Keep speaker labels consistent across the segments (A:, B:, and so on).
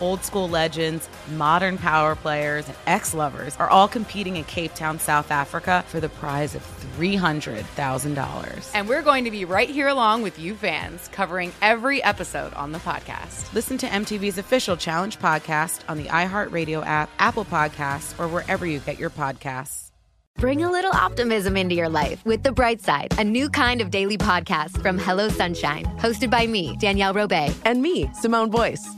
A: Old school legends, modern power players, and ex lovers are all competing in Cape Town, South Africa for the prize of $300,000.
B: And we're going to be right here along with you fans, covering every episode on the podcast.
A: Listen to MTV's official Challenge podcast on the iHeartRadio app, Apple Podcasts, or wherever you get your podcasts.
C: Bring a little optimism into your life with The Bright Side, a new kind of daily podcast from Hello Sunshine, hosted by me, Danielle Robay.
D: And me, Simone Boyce.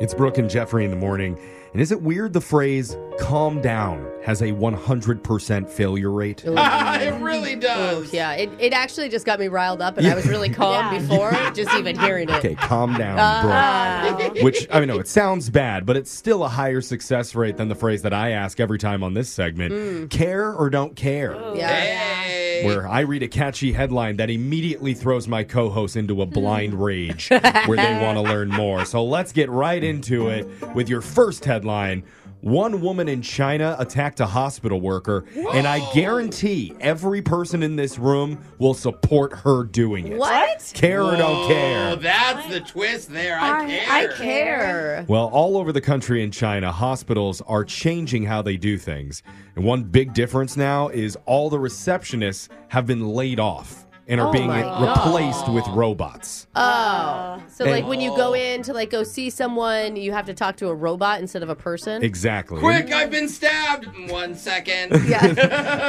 E: It's Brooke and Jeffrey in the morning. And is it weird the phrase calm down has a 100% failure rate?
F: it really does.
G: Yeah, it, it actually just got me riled up, and I was really calm before just even hearing it.
E: Okay, calm down,
G: Ah.
E: Brooke. Which, I mean, no, it sounds bad, but it's still a higher success rate than the phrase that I ask every time on this segment care or don't care?
F: Hey.
E: Where I read a catchy headline that immediately throws my co host into a blind rage where they want to learn more. So let's get right into it with your first headline. One woman in China attacked a hospital worker, and I guarantee every person in this room will support her doing it.
G: What?
E: Care or
F: Whoa,
E: don't care.
F: That's the twist there. I, care.
G: I care.
E: Well, all over the country in China, hospitals are changing how they do things. And one big difference now is all the receptionists have been laid off and are
F: Oh
E: being replaced with robots.
F: Uh,
G: Oh, so
E: And-
G: like when you go in to like go see someone, you have to talk to a robot instead of a person.
E: exactly.
F: Quick, I've been stabbed. One second.
E: And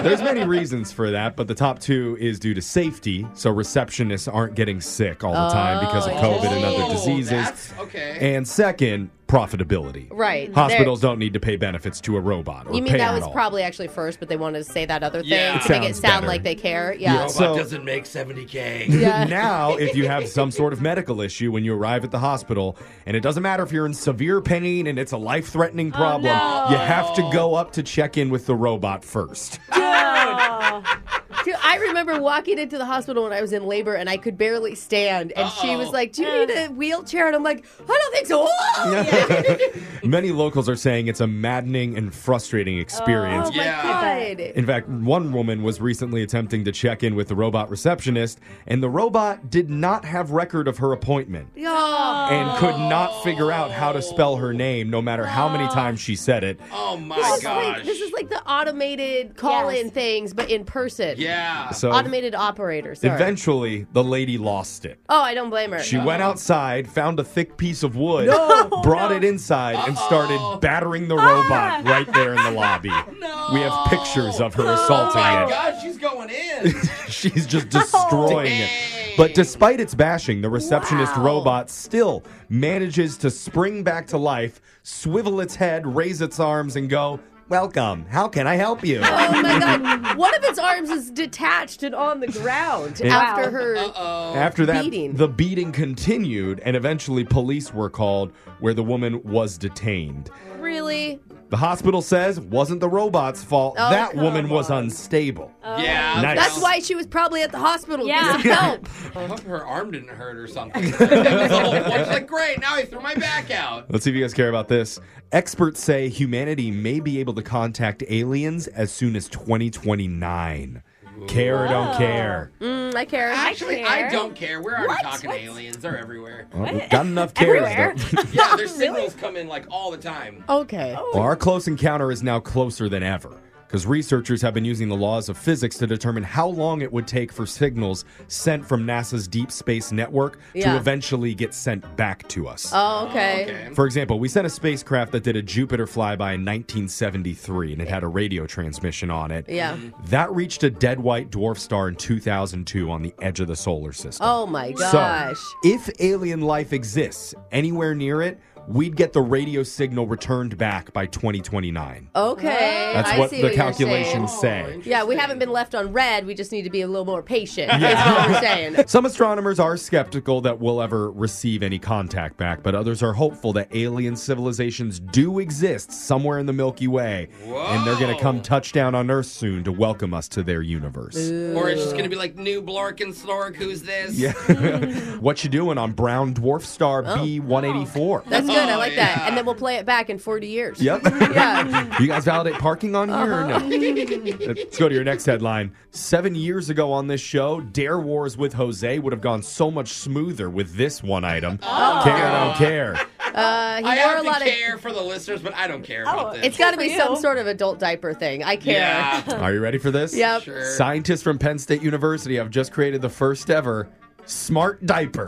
E: There's many reasons for that, but the top two is due to safety. So receptionists aren't getting sick all the time because of COVID and other
F: Oh,
E: diseases.
F: that's- okay.
E: And second, profitability.
G: Right.
E: Hospitals don't need to pay benefits to a robot or
G: You
E: pay
G: mean that
E: at
G: was
E: all.
G: probably actually first, but they wanted to say that other thing
F: Yeah.
G: to make it
E: Sounds
G: sound
E: better.
G: like they care. Yeah.
F: Robot
E: So-
F: doesn't make 70K.
G: Yeah.
E: now, if you have some sort of medical issue when you arrive at the hospital, and it doesn't matter if you're in severe pain and it's a life
F: Oh,
E: threatening problem, you have to go up to check in with the robot first.
F: Oh,
G: Dude, I remember walking into the hospital when I was in labor and I could barely stand, and she was like, "Do you need a wheelchair?" And I'm like, "I don't think so." Oh,
E: Many locals are saying it's a maddening and frustrating experience.
G: Oh
F: Oh.
G: my
F: Yeah.
G: god!
E: In fact, one woman was recently attempting to check in with the robot receptionist, and the robot did not have record of her appointment
G: Oh.
E: and could not figure out how to spell her name no matter how many times she said it.
F: Oh
G: This
F: my
G: is like-
F: gosh.
G: this is like the automated call-in things, but in person.
F: yeah.
E: So
G: Automated operators. Sorry.
E: eventually, the lady lost it.
G: Oh, I don't blame her.
E: She went outside, found a thick piece of wood, brought it inside, and started battering the robot right there in the lobby. We have pictures of her
F: Ah. Oh my
E: assaulting
F: gosh, she's going in. Oh.
E: it. She's just destroying it. But despite its bashing, the receptionist robot still manages to spring back to life, swivel its head, raise its arms, and go, Welcome. How can I help you?
G: Oh my god! One of its arms is detached and on the ground after her.
E: After that,
G: Beating.
E: the beating continued, and eventually police were called, where the woman was detained.
G: Really? Really?
E: The hospital says wasn't the robot's fault.
G: Oh,
E: that
G: come
E: woman was unstable.
F: Yeah.
E: Nice.
H: That's why she was probably at the hospital.
G: Yeah.
H: getting help.
F: I hope her arm didn't hurt or something. It was all- It's like, great, now I threw my back out.
E: Let's see if you guys care about this. Experts say humanity may be able to contact aliens as soon as 2029. Care or don't care?
H: Mm, I care.
F: Actually, I don't care. We're already
H: What?
F: talking
H: What?
F: aliens. They're everywhere.
E: Well, Uh, we've got enough cares.
H: Everywhere.
E: though.
F: yeah, their signals come in like all the time.
G: Okay.
H: Oh.
E: Well, our close encounter is now closer than ever because researchers have been using the laws of physics to determine how long it would take for signals sent from NASA's Deep Space Network to
H: Yeah.
E: eventually get sent back to us.
H: Oh, okay.
E: For example, we sent a spacecraft that did a Jupiter flyby in 1973 and it had a radio transmission on it.
G: Yeah.
E: That reached a dead white dwarf star in 2002 on the edge of the solar system.
G: Oh my
E: So,
G: gosh.
E: if alien life exists anywhere near it, we'd get the radio signal returned back by 2029.
G: okay.
E: That's
G: Oh, I
E: what
G: see
E: the
G: you're
E: calculations
G: saying.
E: say.
G: Yeah, we haven't been left on red. We just need to be a little more patient. That's what we're saying.
E: Some astronomers are skeptical that we'll ever receive any contact back, but others are hopeful that alien civilizations do exist somewhere in the Milky Way, and they're going to come touch down on Earth soon to welcome us to their universe.
F: Or it's just going to be like, new Blork and Slork, who's this?
E: Yeah. what you doing on brown dwarf star B184?
G: That's good. I like that. And then we'll play it back in 40 years.
E: Yep.
G: yeah.
E: you guys validate parking on here or no? Let's go to your next headline. Seven years ago on this show, Dare Wars with Jose would have gone so much smoother with this one item. care, don't care.
G: Uh,
F: I
G: he wore
F: have
G: a lot
F: to
G: of.
F: care for the listeners, but I don't care about this.
G: It's got to be some sort of adult diaper thing. I care.
F: Yeah.
E: Are you ready for this?
G: Yep.
E: Scientists from Penn State University have just created the first ever smart diaper.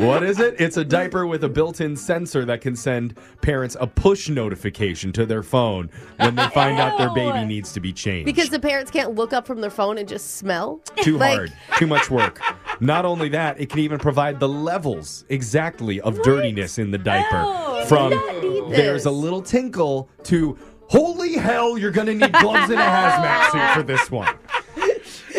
E: what is it? It's a diaper with a built in sensor that can send parents a push notification to their phone when they find out their baby needs to be changed.
G: Because the parents can't look up from their phone and just smell.
E: Too
G: Like,
E: hard. Too much work. Not only that, it can even provide the levels exactly of dirtiness in the diaper. From there's a little tinkle to holy hell, you're gonna need gloves and a hazmat suit for this one.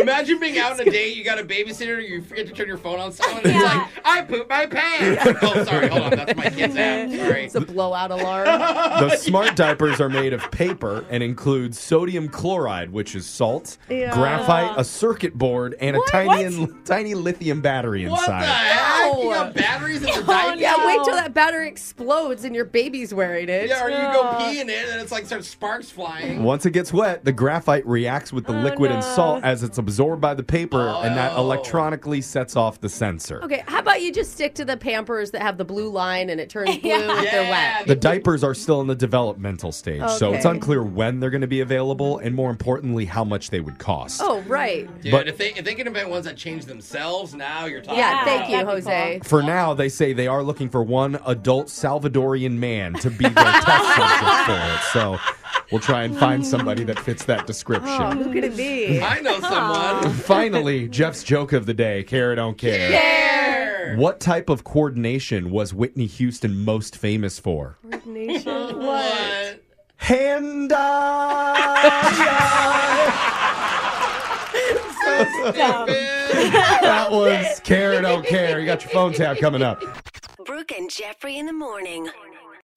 F: Imagine being out on a date, you got a babysitter, you forget to turn your phone on silent, and it's like, I pooped my pants. oh, sorry, hold on, that's my kid's app. Sorry.
G: It's a blowout
E: Oh,
G: alarm.
E: The smart diapers are made of paper and include sodium chloride, which is salt,
G: Yeah.
E: graphite, a circuit board, and a tiny and, tiny lithium battery
F: What the
E: inside.
F: heck? You got batteries in the diaper?
G: yeah, wait till that battery explodes and your baby's wearing it.
F: Yeah, or you go pee in it, and it's like starts sparks flying.
E: Once it gets wet, the graphite reacts with the
G: Oh,
E: liquid and salt as it's absorbed by the paper, and that
F: Oh.
E: electronically sets off the sensor.
G: Okay, how about you just stick to the Pampers that have the blue line and it turns blue if they're wet?
E: The diapers are still in the developmental stage, so it's
G: Okay.
E: unclear when they're going to be available, and more importantly, how much they would cost.
G: Oh, right.
F: Dude,
E: But-
F: if they if they can invent ones that change themselves, now you're talking.
G: Yeah, thank you,
F: about-
G: Jose.
E: For now, they say they are looking for one adult Salvadorian man to be their test subject for it. So we'll try and find somebody that fits that description.
G: Who could it be?
F: I know someone.
E: Finally, Jeff's joke of the day: care or don't care.
F: Care.
E: What type of coordination was Whitney Houston most famous for?
F: What?
E: Hand eye. that was care or don't care. You got your phone tab coming up.
I: Brooke and Jeffrey in the morning.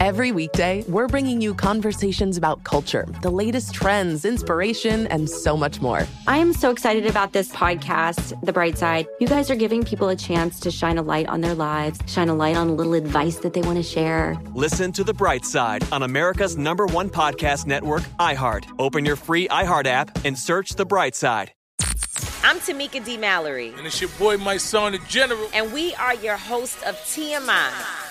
D: Every weekday, we're bringing you conversations about culture, the latest trends, inspiration, and so much more.
J: I am so excited about this podcast, The Bright Side. You guys are giving people a chance to shine a light on their lives, shine a light on a little advice that they want to share.
C: Listen to The Bright Side on America's number one podcast network, iHeart. Open your free iHeart app and search The Bright Side.
A: I'm Tamika D. Mallory.
E: And it's your boy, my son, the general.
A: And we are your hosts of TMI.